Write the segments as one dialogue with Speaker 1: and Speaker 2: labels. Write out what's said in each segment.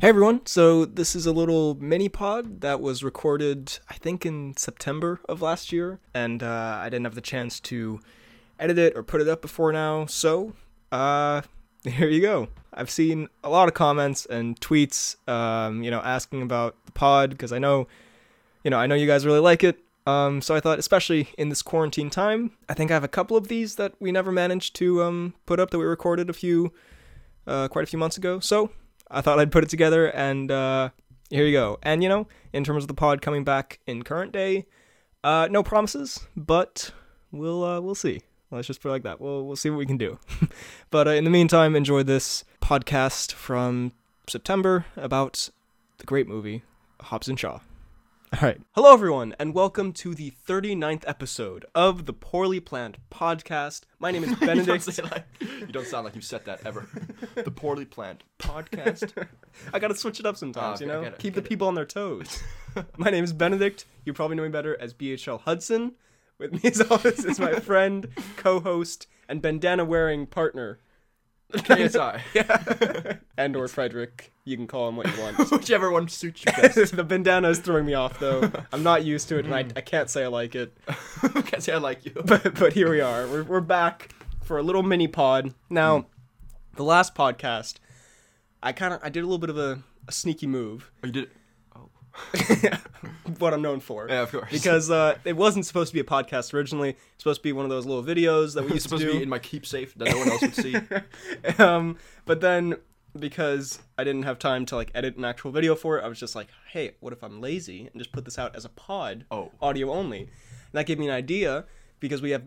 Speaker 1: Hey everyone, so this is a little mini pod that was recorded, I think, in September of last year, and uh, I didn't have the chance to edit it or put it up before now, so uh, here you go. I've seen a lot of comments and tweets, um, you know, asking about the pod because I know, you know, I know you guys really like it. Um, so I thought, especially in this quarantine time, I think I have a couple of these that we never managed to um, put up that we recorded a few, uh, quite a few months ago. So I thought I'd put it together, and uh, here you go. And you know, in terms of the pod coming back in current day, uh, no promises, but we'll uh, we'll see. Let's just put it like that. We'll we'll see what we can do. but uh, in the meantime, enjoy this podcast from September about the great movie Hobbs and Shaw. All right. Hello, everyone, and welcome to the 39th episode of the Poorly Planned Podcast. My name is
Speaker 2: You don't,
Speaker 1: Benedict.
Speaker 2: say like, you don't sound like you've said that ever. the poorly planned podcast.
Speaker 1: I gotta switch it up sometimes,
Speaker 2: Ah,
Speaker 1: you
Speaker 2: okay, I
Speaker 1: know?
Speaker 2: get it,
Speaker 1: Keep
Speaker 2: get
Speaker 1: the
Speaker 2: it.
Speaker 1: people on their toes. my name is Benedict. You probably know me better as BHL Hudson. With me, as always, is my friend, co host, and bandana wearing partner,
Speaker 2: KSI.
Speaker 1: Andor Frederick. You can call him what you want.
Speaker 2: Whichever one suits you best.
Speaker 1: the bandana is throwing me off, though. I'm not used to it, and I, I can't say I like it.
Speaker 2: Hmm. Can't say I like you.
Speaker 1: but but here we are. We're, we're back for a little mini pod. Now,
Speaker 2: Hmm.
Speaker 1: the last podcast, I kind of I did a little bit of a, a sneaky move,
Speaker 2: Oh, you did.
Speaker 1: what I'm known for.
Speaker 2: Yeah, of course.
Speaker 1: Because uh, it wasn't supposed to be a podcast originally. It's supposed to be one of those little videos that we used
Speaker 2: it's
Speaker 1: to
Speaker 2: supposed to be in
Speaker 1: do.
Speaker 2: my keep safe that no one else would see.
Speaker 1: um, but then because I didn't have time to like edit an actual video for it, I was just like, hey, what if I'm lazy and just put this out as a pod,
Speaker 2: Oh.
Speaker 1: audio only? And that gave me an idea because we have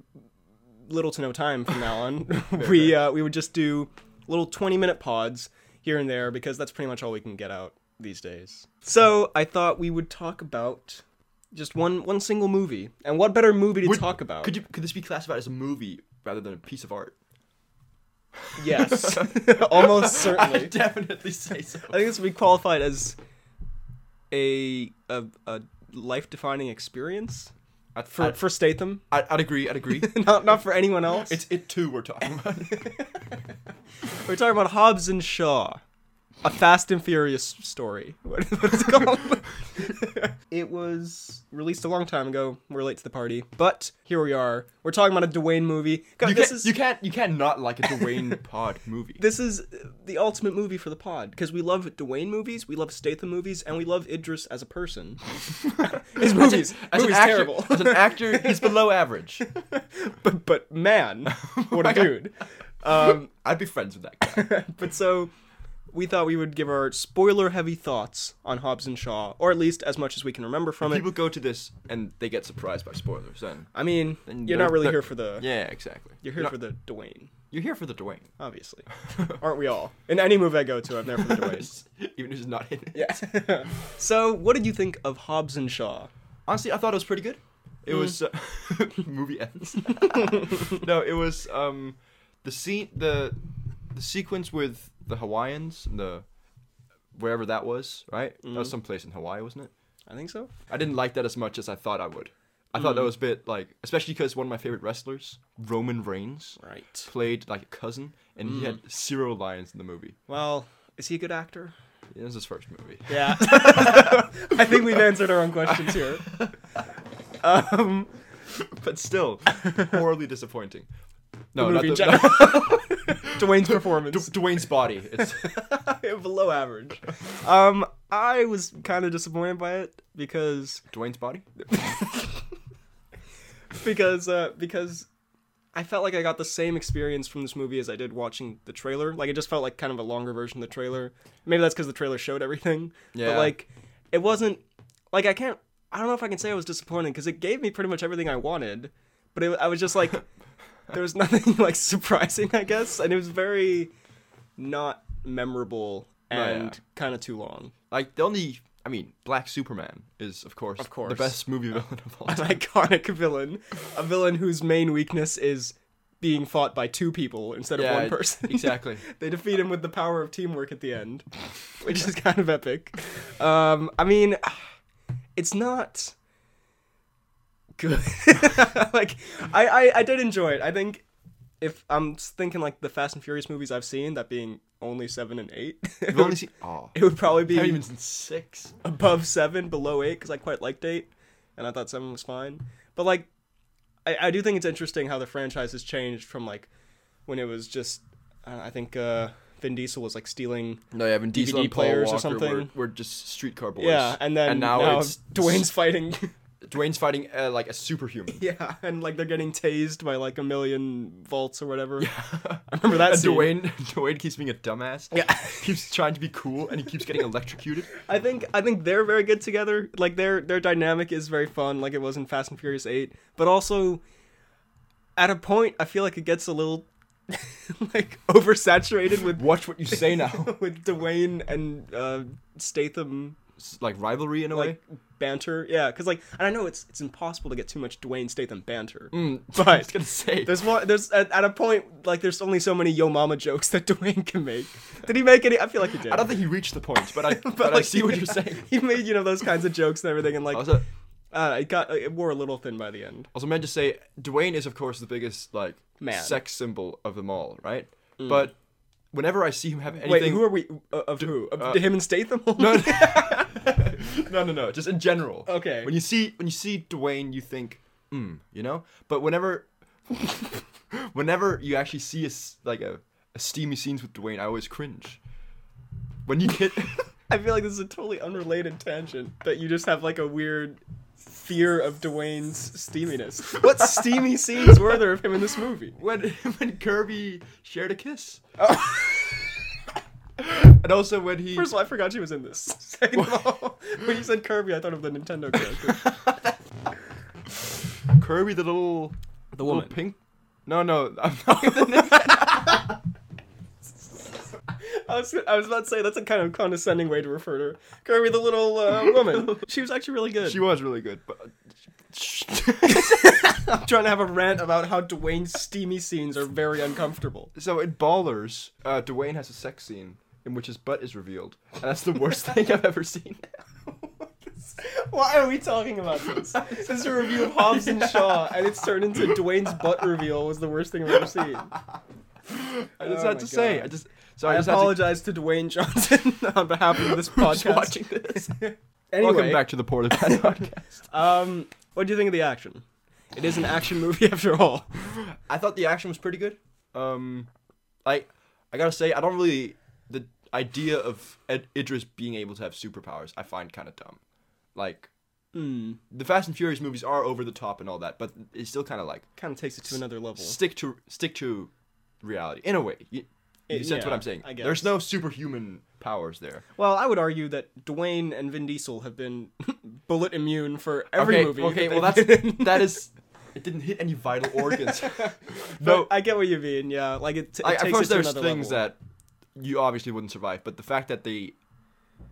Speaker 1: little to no time from now on. we uh, we would just do little 20 minute pods here and there because that's pretty much all we can get out these days. So I thought we would talk about just one one single movie, and what better movie to
Speaker 2: Would-
Speaker 1: talk about?
Speaker 2: Could you? Could this be classified as a movie rather than a piece of art?
Speaker 1: Yes, almost certainly.
Speaker 2: I definitely say so.
Speaker 1: I think this would be qualified as a a, a life defining experience
Speaker 2: I'd,
Speaker 1: for
Speaker 2: I'd,
Speaker 1: for Statham,
Speaker 2: I'd, I'd agree. I'd agree.
Speaker 1: not not for anyone else.
Speaker 2: it's it too. We're talking about.
Speaker 1: We're talking about Hobbs and Shaw, a Fast and Furious story. What, what is it called? it was released a long time ago. We're late to the party, but here we are. We're talking about a Dwayne movie. God,
Speaker 2: You
Speaker 1: this
Speaker 2: can't,
Speaker 1: is
Speaker 2: you can't. You can't not like a Dwayne Pod movie.
Speaker 1: this is the ultimate movie for the pod because we love Dwayne movies, we love Statham movies, and we love Idris as a person. His movies,
Speaker 2: As an
Speaker 1: movies
Speaker 2: actor-
Speaker 1: terrible.
Speaker 2: As an actor, he's below average.
Speaker 1: but but man, what a dude. Um,
Speaker 2: I'd be friends with that guy.
Speaker 1: but so we thought we would give our spoiler heavy thoughts on Hobbs and Shaw, or at least as much as we can remember from it.
Speaker 2: People go to this and they get surprised by spoilers. Then
Speaker 1: I mean, you're
Speaker 2: they're-
Speaker 1: not really
Speaker 2: they're-
Speaker 1: here for the
Speaker 2: yeah, exactly.
Speaker 1: you're here
Speaker 2: not-
Speaker 1: for the Dwayne,
Speaker 2: you're here for the Dwayne.
Speaker 1: obviously. Aren't we all? In any movie I go to, I'm there for the Dwayne.
Speaker 2: Even if it's not in. it.
Speaker 1: yeah. so what did you think of Hobbs and Shaw?
Speaker 2: Honestly, I thought it was pretty good. It was uh, movie ends. no, it was um the scene the the sequence with the Hawaiians and the wherever that was right. That was someplace in Hawaii, wasn't it?
Speaker 1: I think so.
Speaker 2: I didn't like that as much as I thought I would. I thought that was a bit like, especially because one of my favorite wrestlers, Roman Reigns,
Speaker 1: Right.
Speaker 2: played like a cousin, and he had
Speaker 1: Mm.
Speaker 2: zero lines in the movie.
Speaker 1: Well, is he a good actor?
Speaker 2: It was his first movie.
Speaker 1: Yeah. I think we've answered our own questions here. Um,
Speaker 2: but still horribly disappointing. No,
Speaker 1: the movie in
Speaker 2: not the,
Speaker 1: general.
Speaker 2: not
Speaker 1: Dwayne's performance
Speaker 2: D- Dwayne's body. It's
Speaker 1: below average. Um, I was kind of disappointed by it because
Speaker 2: Dwayne's body.
Speaker 1: because uh, because I felt like I got the same experience from this movie as I did watching the trailer. Like it just felt like kind of a longer version of the trailer. Maybe that's because the trailer showed everything. But
Speaker 2: Yeah.
Speaker 1: like, it wasn't like I can't. I don't know if I can say I was disappointed because it gave me pretty much everything I wanted. But it, I was just like, there was nothing like surprising, I guess, and it was very not memorable and
Speaker 2: yeah.
Speaker 1: kind of too long.
Speaker 2: Like the only, I mean, Black Superman is of course,
Speaker 1: course.
Speaker 2: the best movie villain of all
Speaker 1: an
Speaker 2: time.
Speaker 1: iconic villain, a villain whose main weakness is being fought by two people instead of one person.
Speaker 2: exactly.
Speaker 1: they defeat him with the power of teamwork at the end, which is kind of epic. Um, I mean, it's not good. like, I, I, I did enjoy it. I think if I'm thinking like the Fast and Furious movies I've seen, that being only seven and eight, it,
Speaker 2: You've only
Speaker 1: would,
Speaker 2: seen. Oh,
Speaker 1: it would probably
Speaker 2: I
Speaker 1: be
Speaker 2: haven't even seen six.
Speaker 1: above seven, below eight, because I quite liked eight, and I thought seven was fine. But like, I, I do think it's interesting how the franchise has changed from like when it was just I, don't know, I think uh, Vin Diesel was like stealing,
Speaker 2: No, yeah, Vin Diesel
Speaker 1: DVD
Speaker 2: and Paul
Speaker 1: players or
Speaker 2: Walker Were,
Speaker 1: something.
Speaker 2: were just streetcar boys.
Speaker 1: yeah, and then now,
Speaker 2: it's
Speaker 1: Dwayne's fighting,
Speaker 2: Dwayne's fighting uh, like a superhuman.
Speaker 1: yeah, and like they're getting tased by like a million volts or whatever. I remember that
Speaker 2: And
Speaker 1: scene.
Speaker 2: Dwayne, Dwayne keeps being a dumbass.
Speaker 1: Yeah.
Speaker 2: keeps trying to be cool, and he keeps getting electrocuted.
Speaker 1: I think I think they're very good together. Like their their dynamic is very fun, like it was in Fast and Furious Eight. But also, at a point, I feel like it gets a little like oversaturated with
Speaker 2: Watch what you say now.
Speaker 1: with Dwayne and uh, Statham
Speaker 2: It's like rivalry in a way.
Speaker 1: like banter. Yeah, because like and I know it's it's impossible to get too much Dwayne Statham banter.
Speaker 2: Mm, I was
Speaker 1: But
Speaker 2: gonna say.
Speaker 1: there's one there's at, at a point like there's only so many Yo Mama jokes that Dwayne can make. Did he make any? I feel like he did.
Speaker 2: I don't think he reached the point, but I but, I
Speaker 1: like,
Speaker 2: see what
Speaker 1: yeah,
Speaker 2: you're saying.
Speaker 1: He made you know those kinds of jokes and everything, and like
Speaker 2: Also,
Speaker 1: Uh, it got it wore a little thin by the end.
Speaker 2: also meant to say, Dwayne is of course the biggest like
Speaker 1: Man. Mm.
Speaker 2: sex symbol of them all, right? But whenever I see him have anything,
Speaker 1: Wait, who are we uh, of who? Of
Speaker 2: uh,
Speaker 1: him and Statham?
Speaker 2: no, no, no, no, just in general.
Speaker 1: Okay.
Speaker 2: When you see when you see Dwayne, you think, mm, you know. But whenever, whenever you actually see a s like a, a steamy scenes with Dwayne, I always cringe. When you get.
Speaker 1: I feel like this is a totally unrelated tangent that you just have like a weird fear of Dwayne's steaminess. What steamy scenes were there of him in this movie?
Speaker 2: when when Kirby shared a kiss. and also when he
Speaker 1: Oh. First of all, I forgot she was in this. Second of all, when you said Kirby, I thought of the Nintendo character.
Speaker 2: Kirby the little
Speaker 1: The
Speaker 2: little pink. No, no, I'm not.
Speaker 1: I was, I was about to say that's a kind of condescending way to refer to her. Kirby, the little uh, woman. She was actually really good.
Speaker 2: she was really good, but
Speaker 1: I'm trying to have a rant about how Dwayne's steamy scenes are very uncomfortable.
Speaker 2: so in Ballers, uh, Dwayne has a sex scene in which his butt is revealed, and that's the worst thing I've ever seen.
Speaker 1: Why are we talking about this? This is a review of Hobbs and Shaw, and it's turned into Dwayne's butt reveal was the worst thing I've ever seen.
Speaker 2: I just
Speaker 1: Oh
Speaker 2: had
Speaker 1: my
Speaker 2: to say,
Speaker 1: God.
Speaker 2: I just so I,
Speaker 1: I
Speaker 2: just
Speaker 1: apologize to... Dwayne Johnson on behalf of this
Speaker 2: had to, who's
Speaker 1: podcast.
Speaker 2: watching this.
Speaker 1: Anyway,
Speaker 2: Welcome back to the Port of Bad podcast.
Speaker 1: Um, what do you think of the action? It is an action movie after all.
Speaker 2: I thought the action was pretty good. Um, I I gotta say, I don't really the idea of Ed- Idris being able to have superpowers. I find kind of dumb. Like
Speaker 1: Hmm.
Speaker 2: the Fast and Furious movies are over the top and all that, but it's still kind of like
Speaker 1: Kind of takes it to another level.
Speaker 2: stick to stick to reality in a way. You, you
Speaker 1: It-
Speaker 2: sense what
Speaker 1: yeah,
Speaker 2: I'm saying?
Speaker 1: I
Speaker 2: There's
Speaker 1: guess.
Speaker 2: no superhuman powers there.
Speaker 1: Well, I would argue that Dwayne and Vin Diesel have been bullet immune for every
Speaker 2: okay,
Speaker 1: movie.
Speaker 2: okay.
Speaker 1: that
Speaker 2: Well,
Speaker 1: they've
Speaker 2: that's
Speaker 1: been in.
Speaker 2: that is. It didn't hit any vital organs. no,
Speaker 1: I get what you mean. Yeah, like it. T- it
Speaker 2: I,
Speaker 1: takes
Speaker 2: I
Speaker 1: it
Speaker 2: suppose
Speaker 1: to
Speaker 2: there's
Speaker 1: another
Speaker 2: things
Speaker 1: level.
Speaker 2: that you obviously wouldn't survive, but the fact that they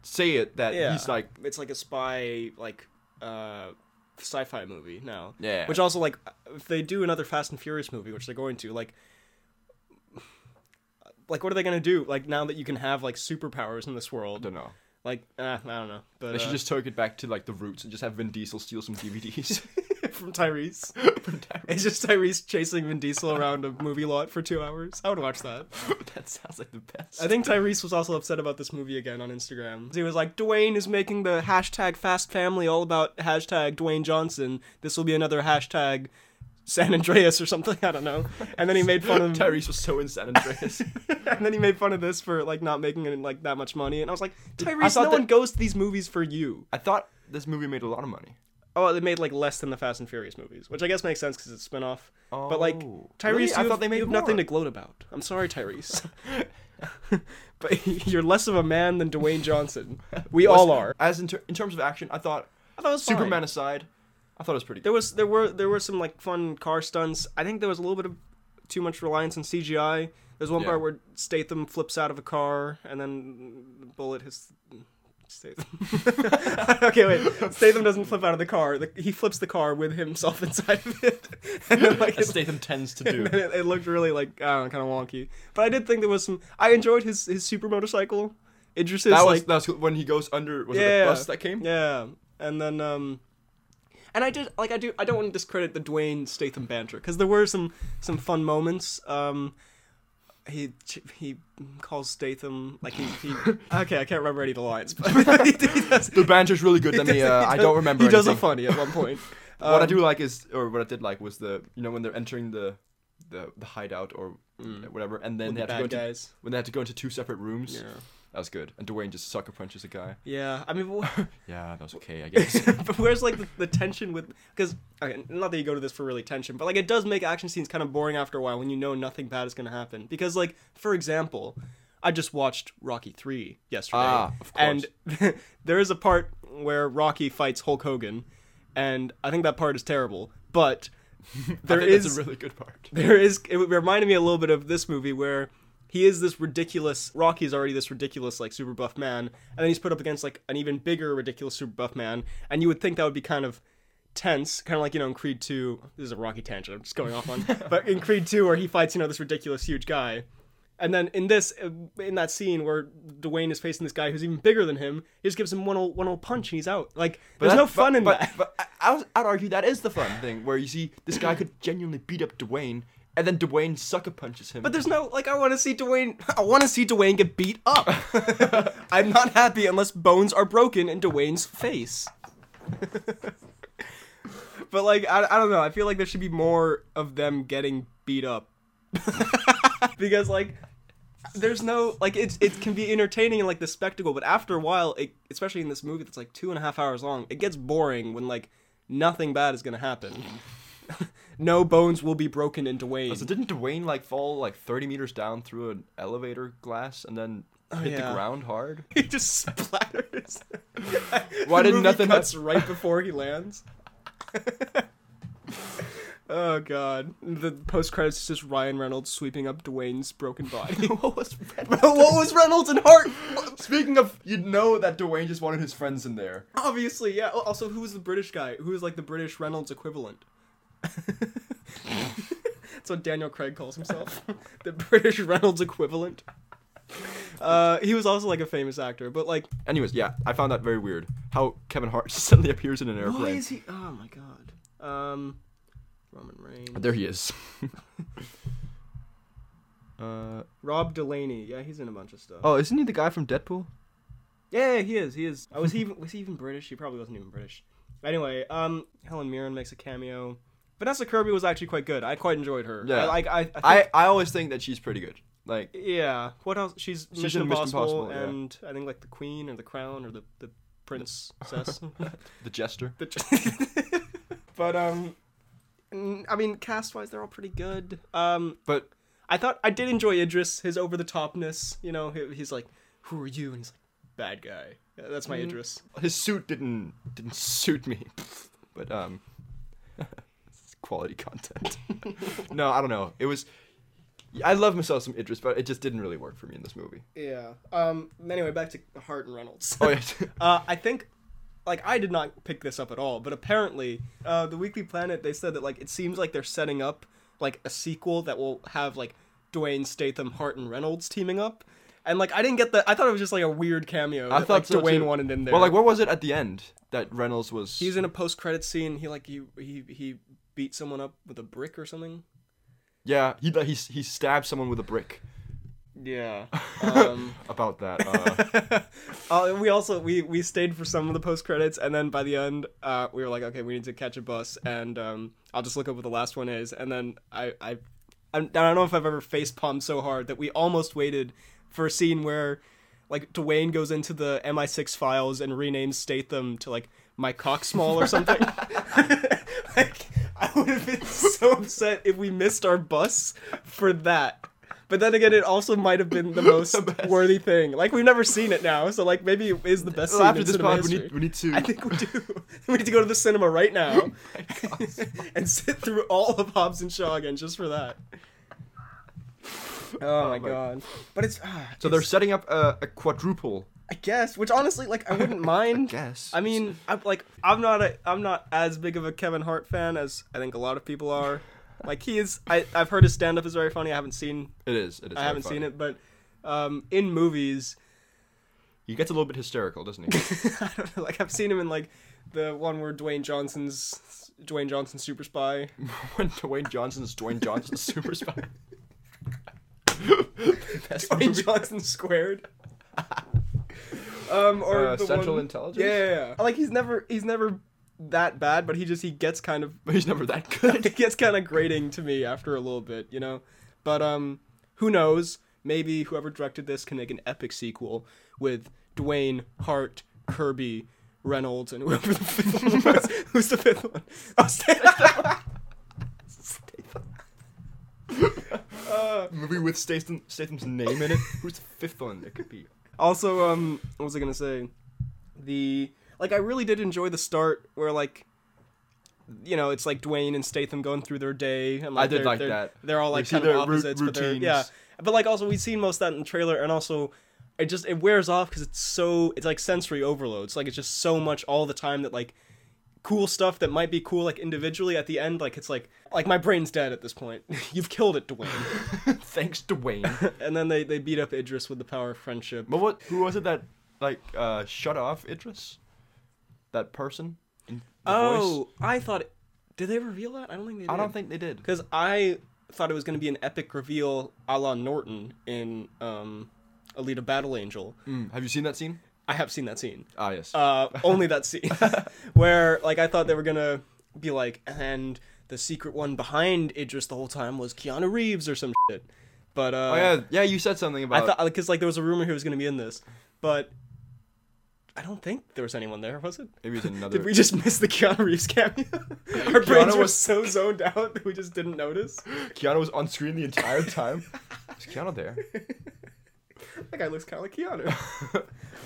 Speaker 2: say it that
Speaker 1: Yeah.
Speaker 2: he's like
Speaker 1: it's like a spy like uh sci-fi movie now.
Speaker 2: Yeah.
Speaker 1: Which also like if they do another Fast and Furious movie, which they're going to, like like what are they going to do like now that you can have like superpowers in this
Speaker 2: I
Speaker 1: world?
Speaker 2: don't know.
Speaker 1: Like uh, I don't know. But
Speaker 2: They should
Speaker 1: uh,
Speaker 2: just take it back to like the roots and just have Vin Diesel steal some DVDs.
Speaker 1: from Tyrese.
Speaker 2: from Tyrese.
Speaker 1: It's just Tyrese chasing Vin Diesel around a movie lot for 2 hours. I would watch that.
Speaker 2: that sounds like the best.
Speaker 1: I think Tyrese was also upset about this movie again on Instagram. He was like, Dwayne is making the hashtag Fast Family all about hashtag Dwayne Johnson. This will be another hashtag San Andreas or something. I don't know. And then he made fun of
Speaker 2: Tyrese was so in San Andreas.
Speaker 1: and then he made fun of this for like not making it like that much money. And I was like, Tyrese,
Speaker 2: thought
Speaker 1: no
Speaker 2: that-
Speaker 1: one goes to these movies for you.
Speaker 2: I thought this movie made a lot of money.
Speaker 1: Oh, they made like less than the Fast and Furious movies, which I guess makes sense because it's a spinoff. but like
Speaker 2: Oh,
Speaker 1: Tyrese,
Speaker 2: really?
Speaker 1: you
Speaker 2: I
Speaker 1: have-
Speaker 2: thought they made
Speaker 1: you have
Speaker 2: more.
Speaker 1: nothing to gloat about. I'm sorry, Tyrese. but you're less of a man than Dwayne Johnson. We all are.
Speaker 2: As in, ter- in terms of action, I thought
Speaker 1: I thought it was fine.
Speaker 2: Superman aside, I thought it was pretty good.
Speaker 1: There was there were there were some like fun car stunts. I think there was a little bit of too much reliance on CGI. There's one
Speaker 2: Yeah.
Speaker 1: part where Statham flips out of a car and then the bullet hits Statham. okay, wait. Statham doesn't flip out of the car. The, he flips the car with himself inside of it. And then, like,
Speaker 2: As
Speaker 1: it,
Speaker 2: Statham tends to do.
Speaker 1: and it, it looked really like I don't know, kind of wonky. But I did think there was some. I enjoyed his his super motorcycle. Idris's
Speaker 2: that was
Speaker 1: like
Speaker 2: that was when he goes under. Was it
Speaker 1: Yeah.
Speaker 2: the bus that came?
Speaker 1: yeah, and then um, and I did like I do I don't want to discredit the Dwayne Statham banter because there were some some fun moments. Um, he he calls Statham like he, he okay I can't remember any of the lines, but he does,
Speaker 2: The banter's really good. Let me. Uh, I don't remember.
Speaker 1: He does a
Speaker 2: anything.
Speaker 1: funny at one point.
Speaker 2: what I
Speaker 1: Um,
Speaker 2: do like is, or what I did like was the, you know, when they're entering the, the, the hideout or whatever, and
Speaker 1: Mm.
Speaker 2: then
Speaker 1: with
Speaker 2: they
Speaker 1: the
Speaker 2: have to go
Speaker 1: bad
Speaker 2: into
Speaker 1: guys.
Speaker 2: when they had to go into two separate rooms.
Speaker 1: Yeah.
Speaker 2: That was good. And Dwayne just sucker punches a guy.
Speaker 1: Yeah, I mean, wh-
Speaker 2: Yeah, that was okay, I guess.
Speaker 1: but where's like the, the tension with because okay, not that you go to this for really tension, but like it does make action scenes kind of boring after a while when you know nothing bad is gonna happen. Because like for example, I just watched Rocky three yesterday,
Speaker 2: Ah, of course.
Speaker 1: and there is a part where Rocky fights Hulk Hogan, and I think that part is terrible, but there
Speaker 2: I
Speaker 1: is
Speaker 2: think that's a really good part.
Speaker 1: there is it reminded me a little bit of this movie where he is this ridiculous Rocky's already this ridiculous like super buff man and then he's put up against like an even bigger ridiculous super buff man and you would think that would be kind of tense kind of like you know in Creed 2 this is a Rocky tangent I'm just going off on but in Creed 2 where he fights you know this ridiculous huge guy and then in this in that scene where Dwayne is facing this guy who's even bigger than him he just gives him one old, one old punch and he's out like there's
Speaker 2: But
Speaker 1: no
Speaker 2: that-
Speaker 1: fun
Speaker 2: but,
Speaker 1: in
Speaker 2: but,
Speaker 1: that
Speaker 2: But I- I was, I'd argue that is the fun thing, where you see this guy could genuinely beat up Dwayne, and then Dwayne sucker punches him.
Speaker 1: But there's no like I want to see Dwayne. I want to see Dwayne get beat up. I'm not happy unless bones are broken in Dwayne's face. but like I, I don't know. I feel like there should be more of them getting beat up because like there's no like it's it can be entertaining and like the spectacle, but after a while, it, especially in this movie that's like two and a half hours long, it gets boring when like nothing bad is gonna happen. no bones will be broken in Dwayne.
Speaker 2: so didn't Dwayne like fall like 30 meters down through an elevator glass and then hit
Speaker 1: Oh, yeah.
Speaker 2: the ground hard?
Speaker 1: He just splatters.
Speaker 2: Why
Speaker 1: The
Speaker 2: did
Speaker 1: movie
Speaker 2: nothing
Speaker 1: cuts right before he lands? oh god. The post credits is just Ryan Reynolds sweeping up Dwayne's broken body.
Speaker 2: what was
Speaker 1: what was Reynolds and Hart?
Speaker 2: Speaking of, you'd know that Dwayne just wanted his friends in there.
Speaker 1: Obviously, yeah. Oh, Also, who was the British guy? Who was like the British Reynolds equivalent? That's what Daniel Craig calls himself. the British Reynolds equivalent. Uh, he was also like a famous actor, but like,
Speaker 2: Anyways, yeah, I found that very weird. How Kevin Hart suddenly appears in an airplane.
Speaker 1: why is he? Oh my god. Um, Roman Reigns.
Speaker 2: There he is. uh,
Speaker 1: Rob Delaney. Yeah, he's in a bunch of stuff.
Speaker 2: oh, isn't he the guy from Deadpool?
Speaker 1: Yeah, yeah, he is. He is. Oh, was he even was he even British? He probably wasn't even British. Anyway, um, Helen Mirren makes a cameo. Vanessa Kirby was actually quite good. I quite enjoyed her.
Speaker 2: Yeah.
Speaker 1: I, like I, I, think,
Speaker 2: I, I always think that she's pretty good. Like,
Speaker 1: yeah. What else? She's, Mission,
Speaker 2: in Mission
Speaker 1: Impossible,
Speaker 2: Impossible, yeah.
Speaker 1: and I think like the Queen or the Crown or the the Princess.
Speaker 2: the jester.
Speaker 1: The- but um, n- I mean, cast wise, they're all pretty good. Um,
Speaker 2: But
Speaker 1: I thought I did enjoy Idris, his over the topness. You know, he, he's like, "Who are you?" and he's like, "Bad guy." Yeah, That's my Idris.
Speaker 2: his suit didn't didn't suit me. But um, it's quality content. no, I don't know. It was. I love myself some Idris, but it just didn't really work for me in this movie.
Speaker 1: Yeah. Um. Anyway, back to Hart and Reynolds.
Speaker 2: Oh yeah,
Speaker 1: uh, I think, like, I did not pick this up at all, but apparently, uh, the Weekly Planet they said that like it seems like they're setting up like a sequel that will have like Dwayne Statham, Hart, and Reynolds teaming up, and like I didn't get the. I thought it was just like a weird cameo.
Speaker 2: I
Speaker 1: that,
Speaker 2: thought
Speaker 1: like,
Speaker 2: so,
Speaker 1: Dwayne
Speaker 2: too.
Speaker 1: wanted in there.
Speaker 2: Well, like, what was it at the end that Reynolds was?
Speaker 1: He's in a post credit scene. He like he he he beat someone up with a brick or something.
Speaker 2: yeah, he he he stabbed someone with a brick.
Speaker 1: Yeah. Um,
Speaker 2: About that, uh,
Speaker 1: uh, we also we we stayed for some of the post credits, and then by the end, uh, we were like, okay, we need to catch a bus, and um, I'll just look up what the last one is, and then I I I'm, I don't know if I've ever face palmed so hard that we almost waited for a scene where like Dwayne goes into the MI6 files and renames Statham to like my cock small or something. like I would have been so upset if we missed our bus for that. But then again, it also might have been the most
Speaker 2: best.
Speaker 1: worthy thing. Like we've never seen it now, so like maybe it is the best.
Speaker 2: well,
Speaker 1: scene
Speaker 2: after
Speaker 1: in
Speaker 2: this
Speaker 1: cinema
Speaker 2: pod,
Speaker 1: history.
Speaker 2: we need Oh we need to.
Speaker 1: I think we do. we need to go to the cinema right now and sit through all of Hobbs and Shaw again just for that. Oh, my god! But it's ah,
Speaker 2: so they're setting up a, a quadruple.
Speaker 1: I guess, which honestly, like, I wouldn't mind.
Speaker 2: guess.
Speaker 1: I mean, I'm like, I'm not a, I'm not as big of a Kevin Hart fan as I think a lot of people are. Like, he is. I, I've heard his stand up is very funny. I haven't seen,
Speaker 2: It is. It is.
Speaker 1: I haven't seen it, but um, in movies,
Speaker 2: He gets a little bit hysterical, doesn't he?
Speaker 1: I don't know. Like I've seen him in like the one where Dwayne Johnson's Dwayne Johnson super spy.
Speaker 2: when Dwayne Johnson's Dwayne Johnson's super spy. Best
Speaker 1: Dwayne
Speaker 2: movie.
Speaker 1: Johnson squared. um, or
Speaker 2: Uh,
Speaker 1: the
Speaker 2: Central
Speaker 1: one-
Speaker 2: Intelligence?
Speaker 1: Yeah, yeah, yeah. Like he's never he's never that bad, but he just he gets kind of
Speaker 2: But he's never that
Speaker 1: it
Speaker 2: good.
Speaker 1: gets kind of grating to me after a little bit, you know. But um, who knows? Maybe whoever directed this can make an epic sequel with Dwayne Hart, Kirby, Reynolds, and whoever the fifth one was. Who's the fifth one? Oh, Stefan. Stefan. Uh,
Speaker 2: Movie with Statham, Statham's name in it. Who's the fifth one? It could be.
Speaker 1: also, um, what was I gonna say? The like, I really did enjoy the start where like. You know, it's like Dwayne and Statham going through their day, and like
Speaker 2: I did
Speaker 1: they're,
Speaker 2: like
Speaker 1: they're,
Speaker 2: that.
Speaker 1: They're all
Speaker 2: You
Speaker 1: like
Speaker 2: see
Speaker 1: kind of
Speaker 2: their ru-
Speaker 1: opposites, but they're
Speaker 2: routines.
Speaker 1: yeah. But like also we've seen most of that in the trailer, and also it just it wears off because it's so it's like sensory overload. It's like it's just so much all the time that like cool stuff that might be cool like individually at the end like it's like like my brain's dead at this point. You've killed it, Dwayne.
Speaker 2: Thanks, Dwayne.
Speaker 1: and then they they beat up Idris with the power of friendship.
Speaker 2: But what? Who was it that like uh, shut off Idris? That person. In the voice?
Speaker 1: Oh, I thought. Did they reveal that? I don't think they. Did.
Speaker 2: I don't think they did.
Speaker 1: because I thought it was going to be an epic reveal, a la Norton in um, Alita: Battle Angel.
Speaker 2: Mm, have you seen that scene?
Speaker 1: I have seen that scene.
Speaker 2: Ah, yes.
Speaker 1: Uh, only that scene where, like, I thought they were gonna be like, and the secret one behind Idris the whole time was Keanu Reeves or some shit. But uh,
Speaker 2: oh yeah, yeah. You said something
Speaker 1: I
Speaker 2: about.
Speaker 1: thought because like there was a rumor he was gonna be in this, but I don't think there was anyone there, was it?
Speaker 2: Maybe it's another.
Speaker 1: Did we just miss the Keanu Reeves cameo? Our brains were
Speaker 2: was-
Speaker 1: so zoned out that we just didn't notice.
Speaker 2: Keanu was on screen the entire time. Is Keanu there?
Speaker 1: That guy looks kind of like Keanu.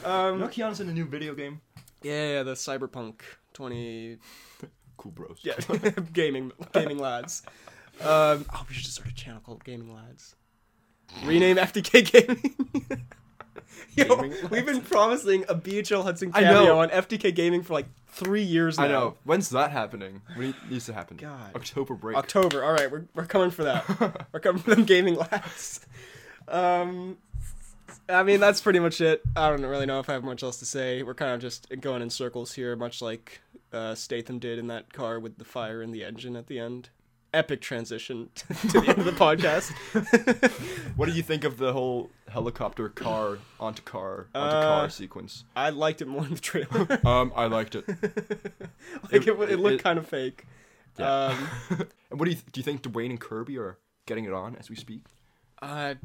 Speaker 1: Um,
Speaker 2: No, Keanu's in a new video game.
Speaker 1: yeah, yeah, the Cyberpunk 20
Speaker 2: Cool bros.
Speaker 1: yeah, gaming gaming lads. Um, oh, we should just start a channel called Gaming Lads. Rename FDK Gaming. Yo,
Speaker 2: Gaming
Speaker 1: we've been promising a BHL Hudson
Speaker 2: I know.
Speaker 1: cameo on FDK Gaming for like three years now.
Speaker 2: I know. When's that happening? When it needs to happen?
Speaker 1: God.
Speaker 2: October break.
Speaker 1: October. All right, we're we're coming for that. we're coming for them gaming lads. Um, I mean that's pretty much it. I don't really know if I have much else to say. We're kind of just going in circles here, much like uh, Statham did in that car with the fire in the engine at the end. Epic transition to the end of the podcast.
Speaker 2: What do you think of the whole helicopter car onto car onto
Speaker 1: Uh,
Speaker 2: car sequence?
Speaker 1: I liked it more in the trailer. like
Speaker 2: Um, I liked it.
Speaker 1: it,
Speaker 2: It-
Speaker 1: it, looked
Speaker 2: it-
Speaker 1: kind of fake.
Speaker 2: Yeah.
Speaker 1: Um,
Speaker 2: and what do you do? You think Dwayne and Kirby are getting it on as we speak?
Speaker 1: Uh,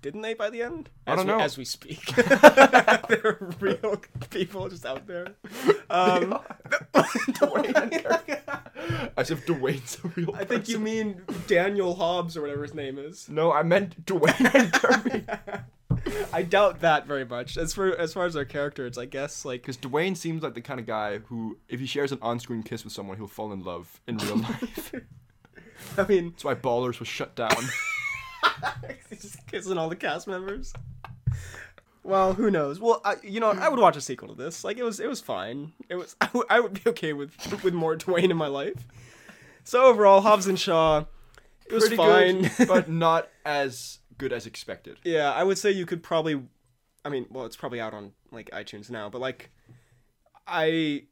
Speaker 1: didn't they by the end?
Speaker 2: I
Speaker 1: As
Speaker 2: don't
Speaker 1: we-
Speaker 2: know.
Speaker 1: as we speak, they're real people just out there. Um,
Speaker 2: As if Dwayne's a real.
Speaker 1: I think you mean Daniel Hobbs or whatever his name is.
Speaker 2: No, I meant Dwayne and Kirby.
Speaker 1: I doubt that very much. As for as far as their characters, I guess like
Speaker 2: Because Dwayne seems like the kind of guy who, if he shares an on-screen kiss with someone, he'll fall in love in real life.
Speaker 1: I mean,
Speaker 2: That's why Ballers was shut down.
Speaker 1: he's just kissing all the cast members. Well, who knows? Well, I, you know, I would watch a sequel to this. Like it was, it was fine. It was, I would- I would be okay with with more Dwayne in my life. So overall, Hobbs and Shaw, it was
Speaker 2: Pretty
Speaker 1: fine.
Speaker 2: good, but not as good as expected.
Speaker 1: Yeah, I would say you could probably. I mean, well, it's probably out on like iTunes now, but like, I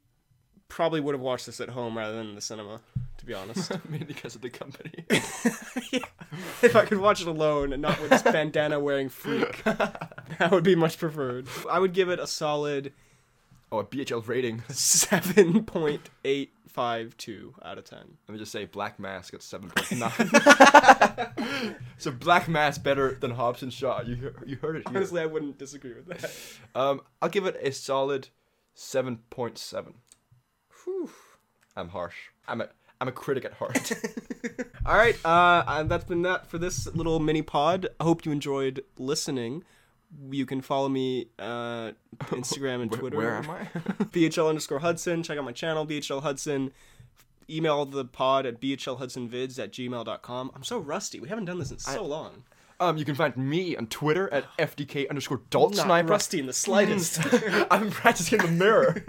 Speaker 1: probably would have watched this at home rather than in the cinema, to be honest.
Speaker 2: Mainly because of the company.
Speaker 1: if I could watch it alone and not with this bandana wearing freak, that would be much preferred. I would give it a solid
Speaker 2: Oh, a BHL rating.
Speaker 1: seven point eight five two out of ten.
Speaker 2: Let me just say Black Mask at 7.9. so Black Mask better than Hobbs and Shaw. You, hear- you heard it here.
Speaker 1: Honestly, I wouldn't disagree with that.
Speaker 2: Um, I'll give it a solid 7.7.
Speaker 1: Whew.
Speaker 2: I'm harsh. I'm a, I'm a critic at heart.
Speaker 1: All right, uh, and that's been that for this little mini pod. I hope you enjoyed listening. You can follow me uh, Instagram and
Speaker 2: Where-
Speaker 1: Twitter.
Speaker 2: Where am I?
Speaker 1: BHL underscore Hudson. Check out my channel, BHL Hudson. Email the pod at bhlhudsonvids at gmail.com. I'm so rusty. We haven't done this in so long.
Speaker 2: um, you can find me on Twitter at FDK underscore Dalt
Speaker 1: Not
Speaker 2: Sniper.
Speaker 1: rusty in the slightest.
Speaker 2: I've been practicing in the mirror.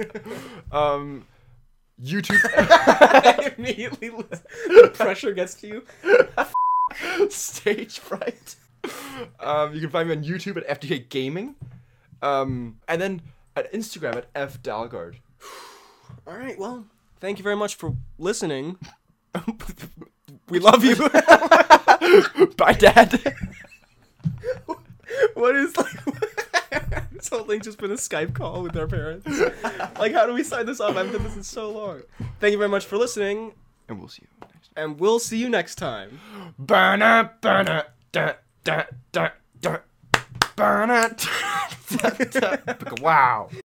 Speaker 2: um, YouTube
Speaker 1: Immediately, the pressure gets to you.
Speaker 2: stage fright. Um, you can find me on YouTube at FDK Gaming. Um, and then at Instagram at f dalgard.
Speaker 1: All right. Well, thank you very much for listening. we love you.
Speaker 2: Bye, Dad.
Speaker 1: what is like this whole thing just been a Skype call with our parents? like, how do we sign this off? I've done this in so long. Thank you very much for listening,
Speaker 2: and we'll see you next.
Speaker 1: and we'll see you next time.
Speaker 2: Burna burna da da da da. Burna. Wow.